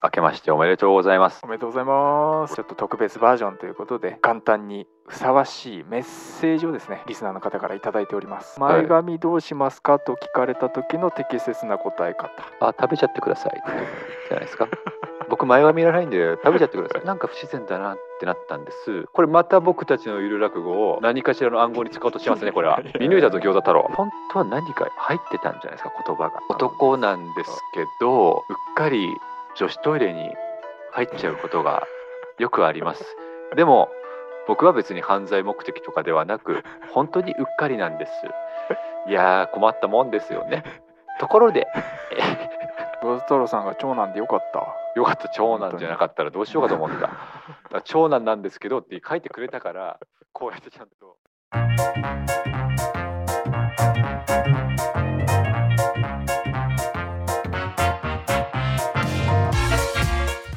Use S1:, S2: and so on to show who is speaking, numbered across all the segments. S1: 明けましておめでとうございます
S2: おめでとうございますちょっと特別バージョンということで元旦にふさわしいメッセージをですねリスナーの方から頂いいております
S1: はい
S2: 前髪どうしますかと聞かれた時の適切な答え方
S1: あ食べちゃってくださいじゃないです か僕前は見られないんで食べちゃってくださいなんか不自然だなってなったんですこれまた僕たちのゆる落語を何かしらの暗号に使おうとしてますねこれは見抜いたぞ餃子太郎本当は何か入ってたんじゃないですか言葉が男なんですけどうっかり女子トイレに入っちゃうことがよくありますでも僕は別に犯罪目的とかではなく本当にうっかりなんですいやー困ったもんですよねところで
S2: ロズトロさんが長男でよかった
S1: よかった長男じゃなかったらどうしようかと思っただから長男なんですけどって書いてくれたからこうやってちゃんと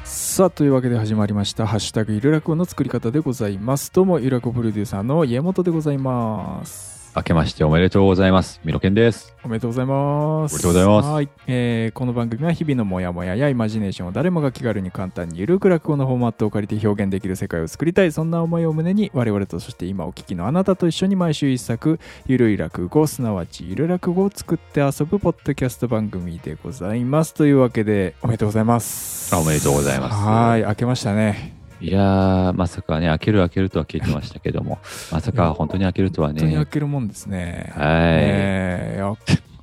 S2: さあというわけで始まりました「ハッシュタグゆるらこ」の作り方でございますどうもゆらこプロデューサーの家元でございます
S1: 明けましておめでとうございますミロケンです
S2: おめでとうございます。
S1: おめでとうございます
S2: はい、えーこの番組は日々のモヤモヤやイマジネーションを誰もが気軽に簡単にゆるく落語のフォーマットを借りて表現できる世界を作りたいそんな思いを胸に我々とそして今お聞きのあなたと一緒に毎週一作ゆるい落語すなわちゆる落語を作って遊ぶポッドキャスト番組でございますというわけでおめでとうございます。
S1: あおめでとうございます
S2: はい明けましたね。
S1: いやーまさかね開ける開けるとは聞いてましたけどもまさか本当に開けるとは
S2: 本当に
S1: ね
S2: 開けるもんですね。
S1: はい、
S2: えー、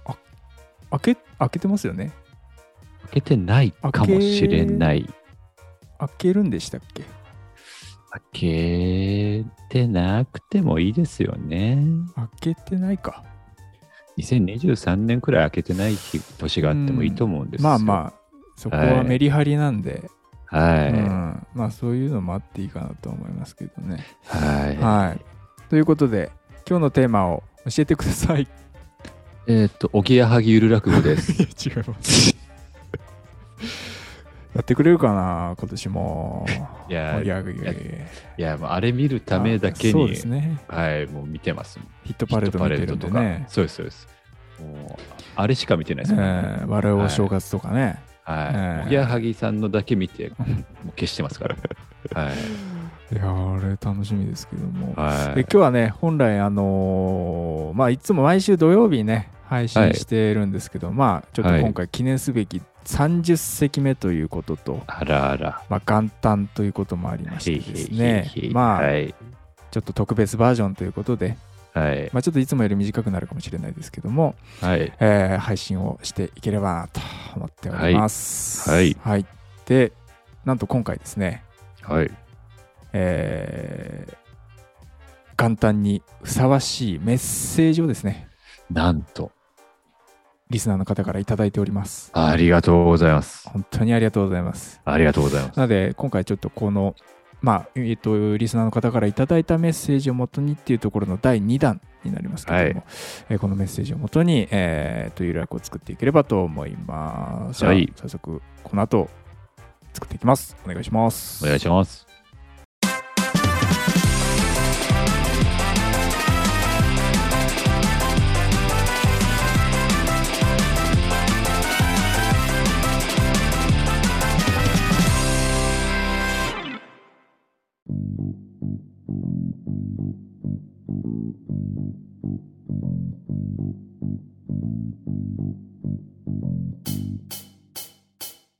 S2: ああ開け開けてますよね。
S1: 開けてないかもしれない
S2: 開けるんでしたっけ？
S1: 開けてなくてもいいですよね
S2: 開けてないか。
S1: 2023年くらい開けてない日年があってもいいと思うんですよ
S2: まあまあ、そこはメリハリなんで、
S1: あはい、
S2: うん、まあそういうのもあっていいかなと思いますけどね。
S1: はい、
S2: はい。ということで、今日のテーマを教えてく ださい。い
S1: えーっとおぎやはぎゆる落語です
S2: や、違うわ。 やってくれるかな、今年も。
S1: いや
S2: 盛り上げ
S1: やいや、もうあれ見るためだけ
S2: あそう
S1: に
S2: で、すね。
S1: はい、もう見てます。
S2: ヒットパレード
S1: ヒッ
S2: 見てるんで
S1: とか、
S2: ね。
S1: そうです、そうです。もう、あれしか見てないです
S2: え
S1: よ、
S2: ー、笑うお正月とかね。
S1: は
S2: ええ
S1: い。おぎやはぎさんのだけ見て、もう消して ますから。はい。
S2: い、や、あれ楽しみですけども。
S1: は
S2: で
S1: い
S2: 今。日はね本来あのーまあいつも毎週土曜日ね配信してるんですけど、まあちょっと今回記念すべき30席目ということと、
S1: あらあら。
S2: まあ元旦ということもありましてですね
S1: ひいひいひいひい
S2: まあ、
S1: はい。
S2: ちょっと特別バージョンということで、
S1: はい。
S2: まあ、ちょっといつもより短くなるかもしれないですけども、
S1: はい。
S2: えー配信をしていければなと思っております
S1: はい
S2: はい、でなんと今回ですね
S1: はい。
S2: えー元旦にふさわしいメッセージをですね
S1: なんと、
S2: リスナーの方からいただいております。
S1: ありがとうございます。
S2: 本当にありがとうございます。
S1: ありがとうございます。
S2: なので、今回ちょっとこの、まあ、えっと、リスナーの方からいただいたメッセージをもとにっていうところの第2弾になりますけれども、えーこのメッセージをもとに、えー、というラックを作っていければと思います。
S1: はい
S2: じゃあ早速、この後、作っていきます。お願いします。
S1: お願いします。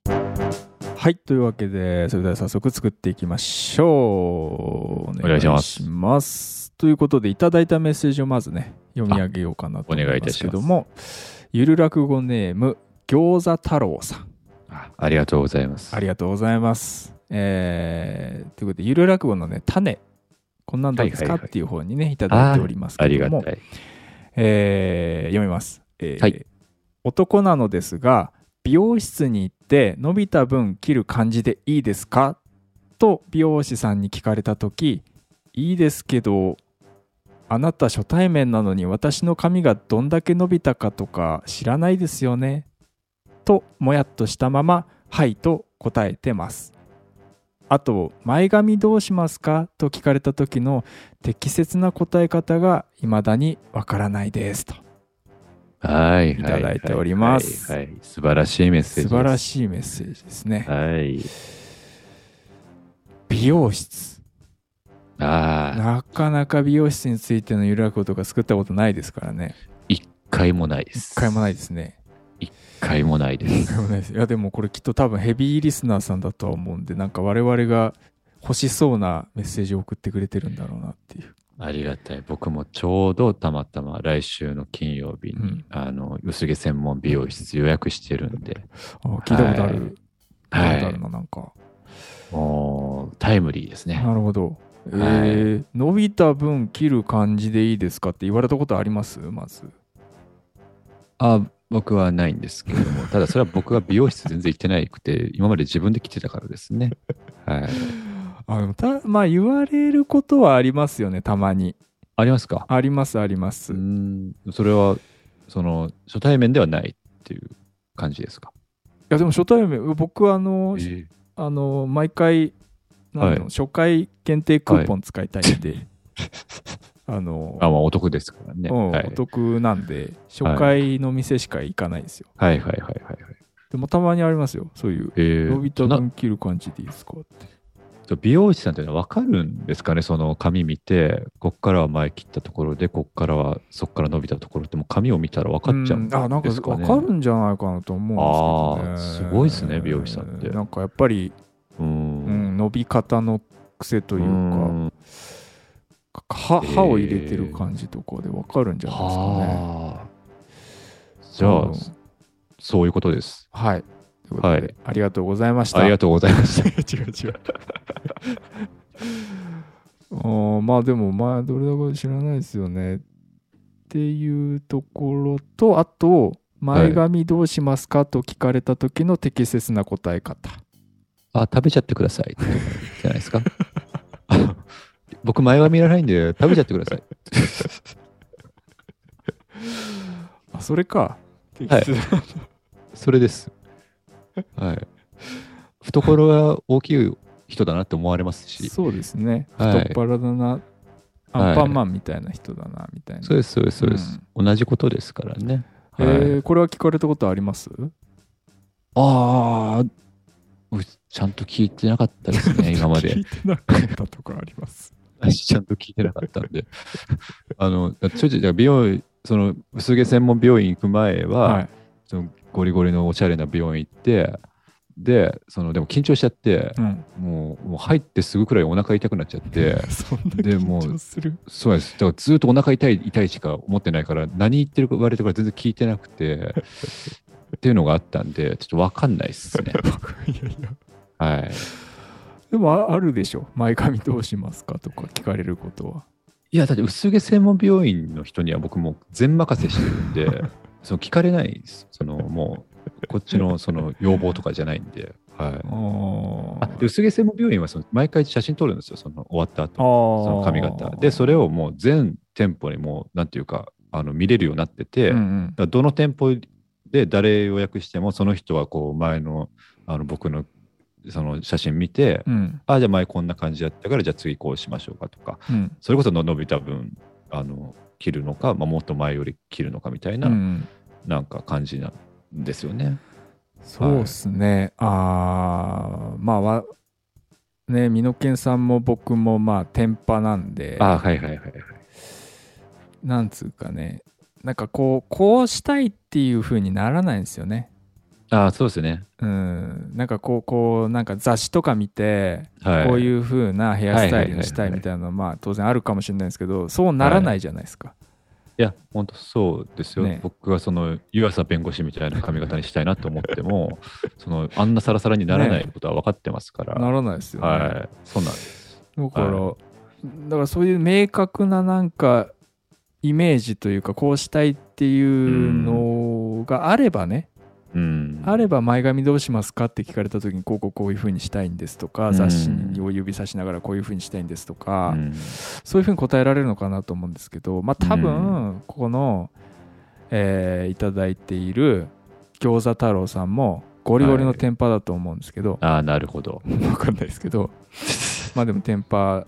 S2: はい、というわけで、それでは早速作っていきましょう。お
S1: 願いします
S2: ますということで、いただいたメッセージをまずね、読み上げようかなと思
S1: あお願い
S2: い
S1: い
S2: ま
S1: た
S2: す
S1: し
S2: け
S1: ます
S2: ども、ゆる落語ネーム、餃子太郎さん。
S1: あありがとうございます
S2: あ。りがとうございます。えーということで、ゆる落語のね、種、こんなんどうですか、
S1: はいはいはい
S2: っていう方にね、いただいております
S1: あ
S2: け
S1: り
S2: ど
S1: が
S2: も、
S1: たい。
S2: えー読みます、えー
S1: はい
S2: 男なのですが美容室に行って伸びた分切る感じでいいですかと美容師さんに聞かれた時いいですけどあなた初対面なのに私の髪がどんだけ伸びたかとか知らないですよねともやっとしたまま「はい」と答えてますあと「前髪どうしますか?」と聞かれた時の適切な答え方が未だにわからないですと
S1: はい。
S2: いただいております
S1: はいはいはい素晴らしいメッセージです。
S2: 素晴ら
S1: い。
S2: しいメッセージですね。
S1: はい。
S2: 美容室。
S1: ああ、
S2: なかなか美容室についてのゆるらくとか作ったことないですからね。
S1: 一回もないです。。
S2: 一回もないいですね。
S1: 一回もないで
S2: 一
S1: す。
S2: 回もないです。いや、でもこれきっと多分ヘビーリスナーさんだとは思うんで、なんか我々が欲しそうなメッセージを送ってくれてるんだろうなっていう。
S1: ありがたい。僕もちょうどたまたま来週の金曜日に、
S2: うん
S1: あの、薄毛専門美容室予約してるんで、
S2: あ聞いたことある。
S1: はい
S2: 聞いたことあるな、なんか。
S1: もうタイムリーですね。
S2: なるほど。えー伸びた分切る感じでいいですかって言われたことありますまず。
S1: あ僕はないんですけれども、ただそれは僕が美容室全然行ってないくて、今まで自分で来てたからですね。はい。
S2: あでもたまあ言われることはありますよねたまに
S1: ありますか
S2: ありますあります、
S1: うーん、それは、その、初対面ではないっていう感じですか。
S2: いやでも初対面僕はあの、
S1: え
S2: あの毎回なんだろう
S1: はい
S2: 初回限定クーポン使いたいんで、 あの
S1: あ、まあ、お得ですからね。
S2: うん
S1: はい、
S2: お得なんで初回の店しか行かないんですよ、
S1: はいはいはいはいはい。
S2: でもたまにありますよそういう
S1: えー
S2: 伸びた
S1: な
S2: 分切る感じでいいですかって
S1: 美容師さんというのは分かるんですかね、その髪見て、こっからは前切ったところで、こっからはそこから伸びたところって、もう髪を見たら分かっちゃうん
S2: ん
S1: ですか、ね
S2: あなんか分かるんじゃないかなと思うんですけど、
S1: あー
S2: ね、
S1: すごいっすね美容師さんって
S2: なんかやっぱり、
S1: うーん
S2: う。ん、伸び方の癖というか、
S1: う
S2: 歯
S1: えー
S2: 歯を入れてる感じとかでわかるんじゃないですかね。
S1: はあ。じゃあ
S2: 多分、
S1: そういうことです。
S2: はい。ということで、
S1: はい
S2: ありがとうございました。
S1: ありがとうございました。
S2: 違う違う。 あーまあでも、まあ、どれだか知らないですよね。っていうところと、あと、前髪どうしますかと聞かれた時の適切な答え方。
S1: あ、食べちゃってください。じゃないです か。僕、前は見られないんで、食べちゃってください。
S2: あ、それか。
S1: はいそれです。はい。懐が大きい人だなって思われますし、
S2: そうですね。
S1: はい
S2: 太っ腹だな、アンパンマンみたいな人だな、みたいな。
S1: そうです、そうです、そうです。同じことですからね。
S2: え
S1: はい
S2: ーこれは聞かれたことあります
S1: ああ、うちゃんと聞いてなかったです ね、今まで
S2: 聞。いてなかったとかあります。
S1: 話ちゃんと聞いてなかったんで。あの、ちょいちょいだから美容、その、薄毛専門病院行く前は、
S2: はい。
S1: そのゴリゴリのおしゃれな病院行って、で、その、でも緊張しちゃって、
S2: うん。
S1: もう、もう入ってすぐくらいお腹痛くなっちゃって、
S2: そんな
S1: でも
S2: 緊張 する。
S1: そうなんです。だからずっとお腹痛い、痛いしか思ってないから、何言ってるか言われてから全然聞いてなくて、っていうのがあったんで、ちょっとわかんないっすね。
S2: いやいや。
S1: はい。
S2: でもああるでしょ。前髪どうしますかとか聞かれることは。
S1: いや、だって薄毛専門病院の人には僕もう全任せしてるんで、その聞かれないです。そのもう、こっちのその要望とかじゃないんで。はい。
S2: あ
S1: あで薄毛専門病院はその毎回写真撮るんですよ、その終わった後そ
S2: の
S1: の髪型。で、それ
S2: を、
S1: をもう全店舗にもう、なんていうか、あの見れるようになってて、
S2: うんう
S1: だから
S2: ん、
S1: どの店舗で誰予約しても、その人はこう前のあの僕のその写真見て、
S2: うん
S1: ああ、じゃあ前こんな感じだったから、じゃあ次こうしましょうかとか、
S2: うん
S1: それこその伸びた分あの切るのか、まあ、もっと前より切るのかみたいな、
S2: うん、
S1: なんか感じなんですよね。
S2: そうっすね、ああまあわね美濃健さんも僕もまあ天パなんで
S1: あはいはいはいはい。
S2: なんつうかねなんかこうこうしたいっていう風にならないんですよね
S1: ああそうですね。
S2: うんなんかこうこうなんか雑誌とか見て
S1: はい、
S2: こう
S1: う
S2: いう風なヘアスタイルにした
S1: はいいはいはいはい
S2: みたいなのはまあ当然あるかもしれないですけどそうならないじゃないですか、
S1: いや本当そうですよ。
S2: ね
S1: 僕はその湯浅弁護士みたいな髪型にしたいなと思ってもそのあんなサラサラにならないことは分かってますから。
S2: ならないですよね、
S1: はい、そうなんです。
S2: だから、
S1: は
S2: だからそういう明確ななんかイメージというかこうしたいっていうのがあればね、
S1: うん、
S2: あれば前髪どうしますかって聞かれた時にこうこうこういう風にしたいんですとか、
S1: うん
S2: 雑誌を指さしながらこういう風にしたいんですとか、
S1: うん
S2: そういう風に答えられるのかなと思うんですけどまあ多分ここの、えーいただいている餃子太郎さんもゴリゴリのテンパだと思うんですけど、
S1: ああなるほど。
S2: 分かんないですけ どまあでもテンパ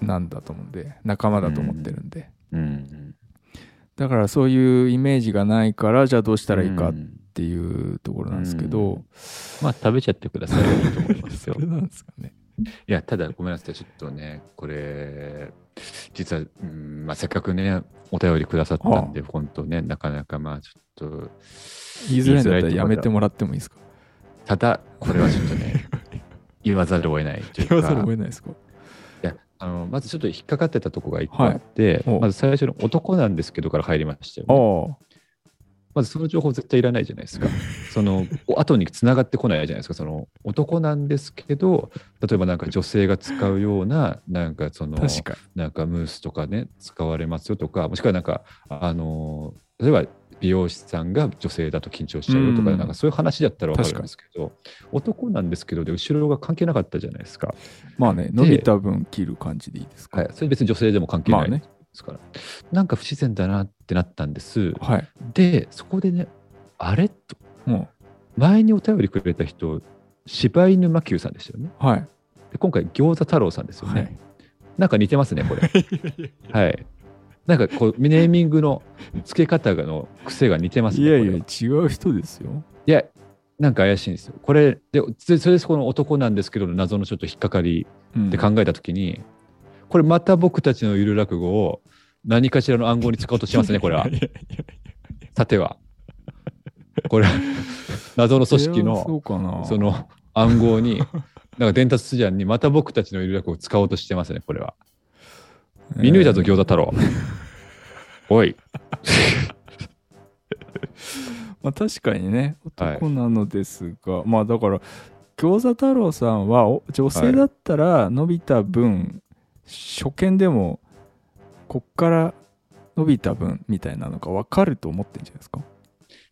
S2: なんだと思うんで仲間だと思ってるんで、
S1: うん、
S2: だからそういうイメージがないからじゃあどうしたらいいかっ
S1: うん
S2: ていうところなんですけど、
S1: うんまあ食べちゃってください。いいと思 いますよ
S2: そ。れなんですかね。
S1: いや、ただごめんなさい。ちょっとね、これ、実は、うんまあ、せっかくね、お便りくださったんで、本当ね、なかなかまあちょっと、
S2: 言いづら
S1: 言いづ
S2: いんだったらや
S1: とこ
S2: め
S1: ろ
S2: てもらってもいいですか
S1: ただ、これはちょっと ね、言わざるを得ないというか。
S2: 言わざるを得ないですか
S1: いやあのまずちょっと引っかかってたとこが一個あって、
S2: はいお
S1: まず最初の男なんですけどから入りましたよ、
S2: ああ
S1: ね。、まずその情報絶対いらないじゃない ですか。そのお後に繋がってこないじゃないですか。その男なんですけど、例えばなんか女性が使うような、なんかその、
S2: 確か
S1: なんかムースとかね、使われますよとか、もしくはなんか、あの例えば美容師さんが女性だと緊張しちゃうよとか、
S2: うん
S1: なんかそういう話だったらわか
S2: 確
S1: る
S2: か
S1: んで
S2: に
S1: すけど、男なんですけどで後ろが関係なかったじゃないですか。
S2: に。まあね、伸びた分切る感じでいいですか、
S1: はい、それ別に女性でも関係
S2: ま
S1: な
S2: あ
S1: いで
S2: ね。
S1: すから、なんか不自然だなってなったんです。
S2: はい。
S1: で、そこでね、あれと、
S2: も
S1: 前にお便りくれた人、柴犬真久さんですよね。
S2: う、はい。
S1: で今回、餃子太郎さんですよね。
S2: はい
S1: なんか似てますね、 これ。はい。なんかこう、ネーミングの付け方の癖が似てますね。
S2: いや
S1: こ
S2: いや、
S1: れ
S2: 違
S1: は
S2: う人ですよ。
S1: いや、なんか怪しいんですよ。これ、でそそれでこの男なんですけど、謎のちょっと引っかかり
S2: うん
S1: って考えたときに、これまた僕たちのゆる落語を何かしらの暗号に使おうとしてますね、これは。さては。これは、謎の組織
S2: いやそ
S1: の
S2: うかな。
S1: その暗号 に、なんか伝達筋案にまた僕たちのゆる落語を使おうとしてますね、これは。
S2: えー、
S1: 見抜いたぞ、餃子太 郎。おい。
S2: まあ確かにね、
S1: はい
S2: 男なのですが、まあだから、餃子太郎さんはお女性だったら伸びた分、初見でも、こっから伸びた分みたいなのが分かると思ってんじゃないですか。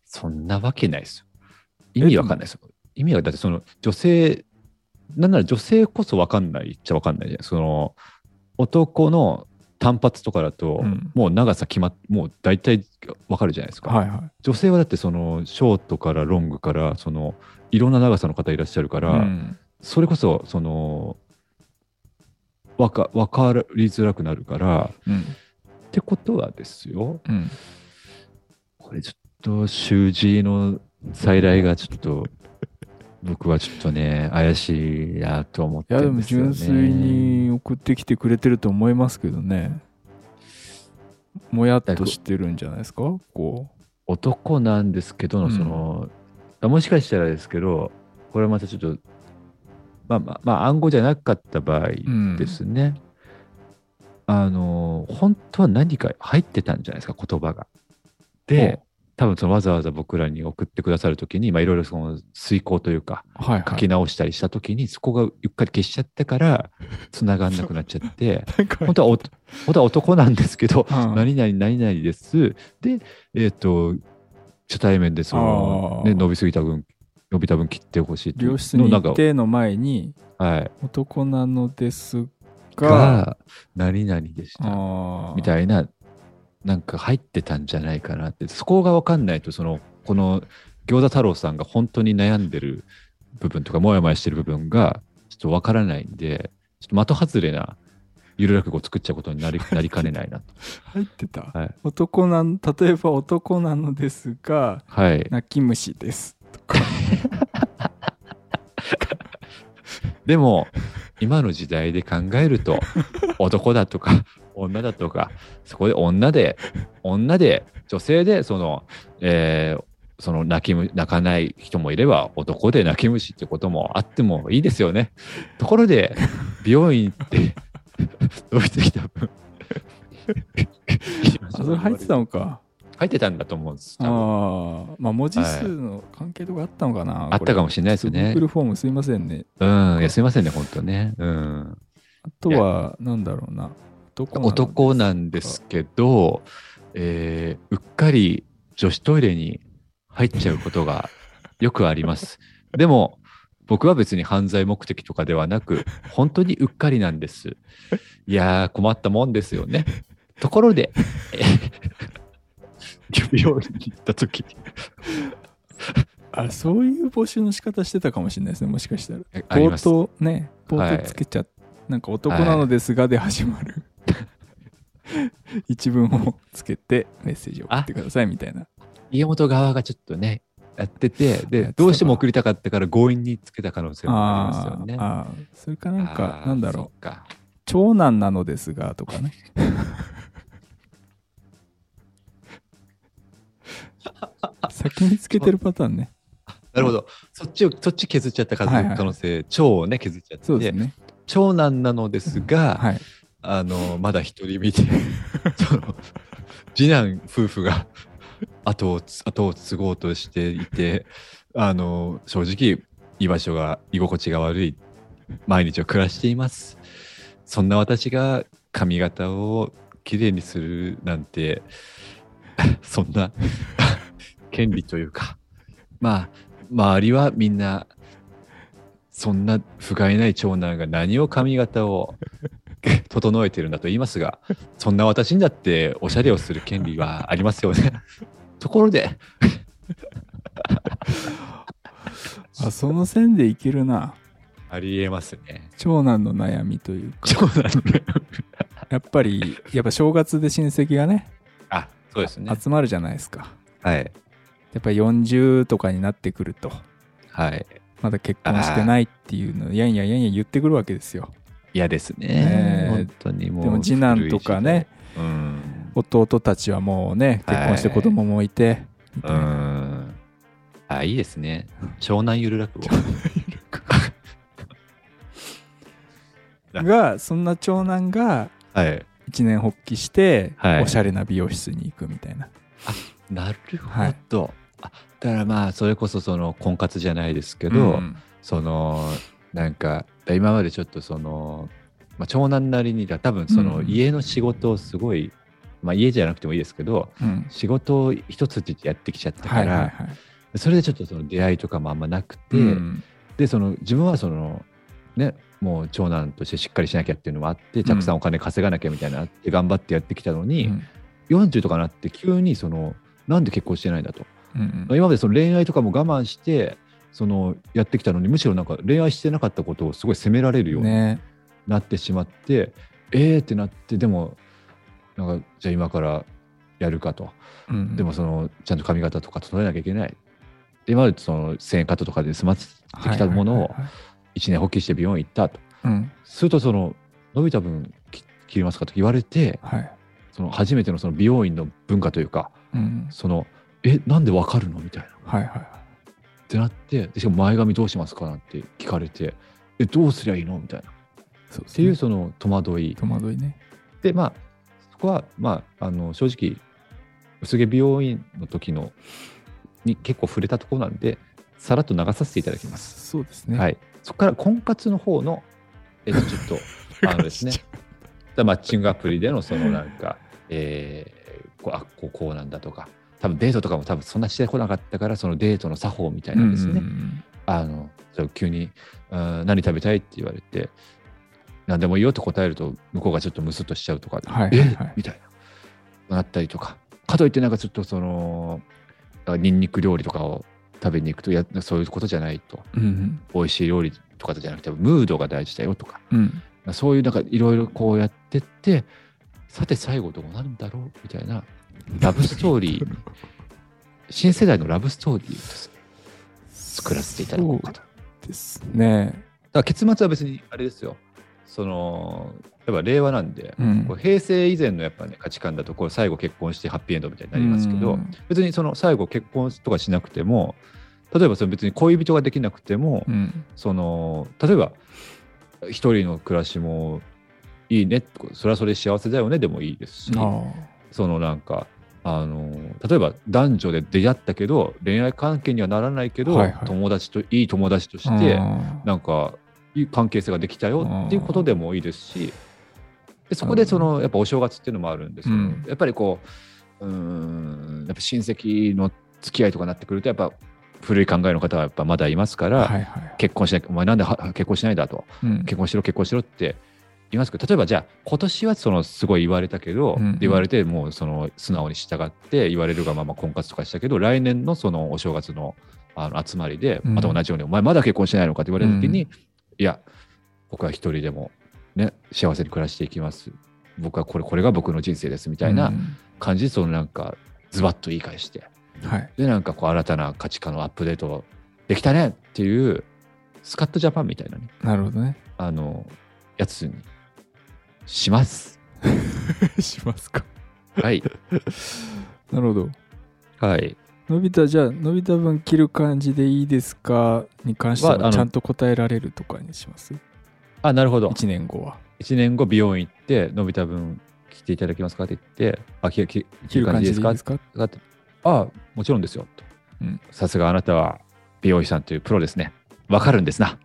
S1: そんなわけないですよ。意味わかんないですよ。意味は、だってその女性、なんなら女性こそわかんないっちゃわかんないじゃん。その男の単発とかだと、
S2: うん
S1: もう長さ決まっもう大体わかるじゃないですか。
S2: はいはい。
S1: 女性はだってそのショートからロングから、そのいろんな長さの方いらっしゃるから、
S2: うん
S1: それこそ、その、わかわかりづらくなるから、
S2: うん
S1: ってことはですよ、
S2: うん
S1: これちょっと習字の再来がちょっと僕はちょっとね怪しいなと思っ
S2: い
S1: て
S2: やで
S1: るん
S2: も
S1: ですよ、ね、
S2: 純粋に送ってきてくれてると思いますけどね。もやっとしてるんじゃないですかこ
S1: 男なんですけど
S2: う
S1: の
S2: ん
S1: その、あもしかしたらですけどこれはまたちょっとまあまあ、まあ、暗号じゃなかった場合
S2: う。うん
S1: ですね、あの本当は何か入ってたんじゃないですか言葉が。で多分そのわざわざ僕らに送ってくださるときにまあいろいろその遂行というか
S2: はいはい
S1: 書き直したりしたときに、そこがうっかり消しちゃったから、 繋がんなくなっちゃって、
S2: なんか
S1: 本当はお、本当は男なんですけど、
S2: うん
S1: 何々何々です。で、えっ、と、初対面でその
S2: あ、
S1: ね、
S2: ー
S1: 伸びすぎた分、伸びた分切ってほしいと
S2: 美容室に
S1: のなん
S2: 行
S1: か
S2: っての前に
S1: はい。
S2: 男なのですが
S1: が、何々でした。み
S2: い
S1: たいな、なんか入ってたんじゃないかなって、そこがわかんないと、その、この、餃子太郎さんが本当に悩んでる部分とか、もやもやしてる部分が、ちょっとわからないんで、ちょっと的外れな、ゆる落語を作っちゃうことにな りなりかねないなと。
S2: 入ってた、
S1: はい
S2: 男なん例えば男なのですが
S1: はい。
S2: 泣き虫ですとか
S1: でも、今の時代で考えると、 男だとか、女だとか、そこで女で、女で、女性で、その、えーその泣きむ泣かない人もいれば男で泣き虫ってこともあってもいいですよね。ところで美容院って 伸びてきた分
S2: あそれ入ってたのか
S1: 入ってたんだと思うんです。
S2: あ
S1: 多分
S2: あまあ文字数の関係とかあったのかな、
S1: あったかもしれないですね
S2: Google。フォームすいませんね
S1: うん、いやすいませんね、本当ね。うん、
S2: あとはなんだろうな男なのです
S1: 男なんですけど、えーうっかり女子トイレに入っちゃうことがよくあります。 でも、僕は別に犯罪目的とかではなく、本当にうっかりなんです。いやー、困ったもんですよね。ところで、 えー美容院に行った時に
S2: あそういう募集の仕方してたかもしれないですねもしかしたら
S1: えあり
S2: 冒
S1: ます
S2: 頭ね
S1: は
S2: 冒
S1: い
S2: 頭つけちゃ、なんか男なのですがで始まる、一文をつけてメッセージを送ってくださいみたいな。
S1: 家元側がちょっとね、やってて、
S2: やってた
S1: で
S2: な、
S1: どうしても送りたかったから強引につけた可能性もあります
S2: あ
S1: よね
S2: ー。あー、それかなんか
S1: あ、ー
S2: なんだろう
S1: そ。っか
S2: 長男なのですがと かね先につけてるパターンね
S1: なるほど。そっちを、そっち削っちゃった可
S2: はいはい
S1: 能可能性、長をね、削っちゃ
S2: そう
S1: っ
S2: です
S1: て、
S2: ね
S1: 長男なのですが、
S2: はい
S1: あの、まだ一人見て、その、次男夫婦が後をつ、後を継ごうとしていて、あの、正直、居場所が、居心地が悪い毎日を暮らしています。そんな私が髪型をきれいにするなんて、 そんな 権利というか、まあ、周りはみんな、そんな不甲斐ない長男が何を髪型を整えてるんだと言いますが、 そんな私にだっておしゃれをする権利はありますよね。 ところで、
S2: あその線でいけるな
S1: ありえますね。
S2: 長男の悩みという
S1: 長 男ね。
S2: やっぱりやっぱ正月で親戚がね
S1: あ、そうですね。
S2: 集まるじゃないですか
S1: はい。
S2: やっぱり40とかになってくると
S1: はい。
S2: まだ結婚してないっていうのをやんやんやんやん言ってくるわけですよ
S1: 嫌ですね。
S2: ねえ
S1: 本当にもう。
S2: でも次男とかね。
S1: うん。
S2: 弟たちはもうね結婚して子供もいて、みた
S1: う。
S2: いなん
S1: あ、いいです ね。湘南ゆる落語。
S2: がそんな長男が
S1: はい。
S2: 一年発起して、
S1: はい
S2: おしゃれな美容室に行くみたいな
S1: なるほど。あだからまあ、それこそその婚活じゃないですけ
S2: け
S1: ど、そのなんか今までちょっとその、まあ、長男なりにだ多分その
S2: うん
S1: 家の仕事をすごい、まあ、家じゃなくてもいいですけど
S2: うん
S1: 仕事を一筋でやってきちゃった
S2: は
S1: か
S2: い
S1: ら、
S2: はいはい
S1: それでちょっとその出会いとかもあんまなくて、
S2: うん
S1: でその自分はそのねもう長男としてしっかりしなきゃっていうのもあってたくさんお金稼がなきゃみたいなのあって頑張ってやってきたの
S2: う
S1: に、
S2: ん
S1: 40とかなって急にそのなんで結婚してないんだと
S2: うん
S1: 今までその恋愛とかも我慢してそのやってきたのにむしろなんか恋愛してなかったことをすごい責められるように
S2: ね
S1: なってしまって、えーってなってでもなんかじゃあ今からやるかと、
S2: うん
S1: でもそのちゃんと髪型とか整えなきゃいけないで今までその1000円カットとかで済ませてきたものを
S2: はいはいはいはい
S1: 1年発起して美容院行ったと
S2: うん
S1: するとその伸びた分き切りますかと言われて
S2: はい
S1: その初めてのその美容院の文化というか
S2: うん
S1: そのえなんでわかるのみたいな。
S2: はいは
S1: ってなってでしかも前髪どうしますかなんて聞かれてえどうすりゃいいのみたいなっ
S2: いそうって
S1: いうその戸惑い
S2: 戸惑いね
S1: でまあそこはまああの正直薄毛美容院の時のに結構触れたところなんでさらっと流させていただきます、
S2: そうですね
S1: はいいそこから婚活の方のえっとちょっ とあのですねだマッチングアプリでのそのなんか、えーこうあこうこうなんだとか多分デートとかも多分そんなしてこなかったからそのデートの作法みたいなんですね、あのそう急にうん「何食べたい?」って言われて「何でもいいよ」って答えると向こうがちょっとムスッとしちゃうとか「
S2: はいはい
S1: え
S2: はい
S1: みたいななったりとかかといってなんかちょっとそのあニンニク料理とかを食べに行くといやそういうことじゃないと
S2: うん
S1: 美味しい料理とかじゃなくてムードが大事だよとか
S2: うん
S1: そういうなんかいろいろこうやってってさて最後どうなるんだろうみたいなラブストーリ ー新世代のラブストーリーをですね作らせていただこうかと。
S2: そうですね
S1: だから結末は別にあれですよそのやっぱ令和なんで、
S2: うん
S1: こう平成以前のやっぱね価値観だとこう最後結婚してハッピーエンドみたいになりますけど、
S2: うん
S1: 別にその最後結婚とかしなくても例えばその別に恋人ができなくても、
S2: うん
S1: その例えば一人の暮らしもいいねそれはそれ幸せだよねでもいいですし
S2: あー
S1: そのなんかあの例えば男女で出会ったけど恋愛関係にはならないけど、
S2: はいはい
S1: 友達といい友達として、
S2: あー
S1: なんかいい関係性ができたよっていうことでもいいですし、でそこ
S2: う
S1: で
S2: ん
S1: そのやっぱお正月っていうのもあるんですけど、
S2: うん
S1: やっぱりこううーんやっぱ親戚の付き合いとかになってくるとやっぱ古い考えの方はやっぱまだいますから、
S2: はいはい
S1: 結婚しなきゃお前なんでは結婚しないんだと
S2: うん
S1: 結婚しろ結婚しろって言いますけど例えばじゃあ今年はそのすごい言われたけど、
S2: うん
S1: 言われてもうその素直に従って言われるがまま婚活とかしたけど来年のそのお正月のあの集まりで
S2: うん
S1: また同じように「お前まだ結婚してないのか」って言われた時に「
S2: う
S1: いや僕は一人でも、ね、幸せに暮らしていきます」僕はこれこれが僕の人生ですみたいな感じでそのなんかズバッと言い返して
S2: はい
S1: でなんかこう新たな価値観のアップデートをできたねっていうスカットジャパンみたいなね
S2: なる ほどね
S1: あのやつにします
S2: しますか
S1: はい
S2: なるほど
S1: はい
S2: のび太じゃあのび太分切る感じでいいですかに関して
S1: はあの
S2: はちゃんと答えられるとかにします
S1: あなるほど
S2: 1年後は
S1: 1年後美容院行って伸びた分切っていただけますかって言ってあ切切切
S2: 切
S1: る
S2: る
S1: 感
S2: 感
S1: じ
S2: じ
S1: で
S2: ですす
S1: か
S2: か
S1: ってあもちろんですよと
S2: うん
S1: さすがあなたは美容師さんというプロですねわかるんです なは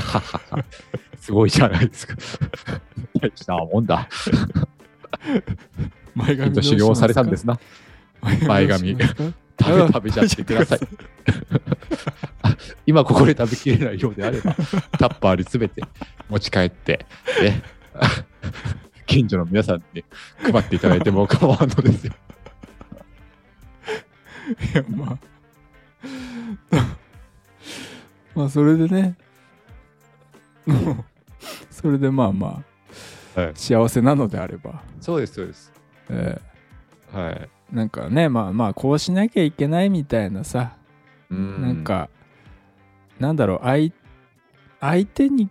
S1: はははすごいじゃないです か大したもんだ
S2: 前
S1: きっと修行されたんですな前髪食べ食べちゃってく ださいあ今ここで食べきれないようであればタッパーに全て持ち帰ってね近所の皆さんに配っていただいても構わんのですよ
S2: いやまあ まあそれでね もうそれでまあまあ、
S1: はい
S2: 幸せなのであれば、
S1: そうですそうです
S2: え
S1: はい
S2: ーなんかねまあまあこうしなきゃいけないみたいなさ、なんかなんだろう相相手に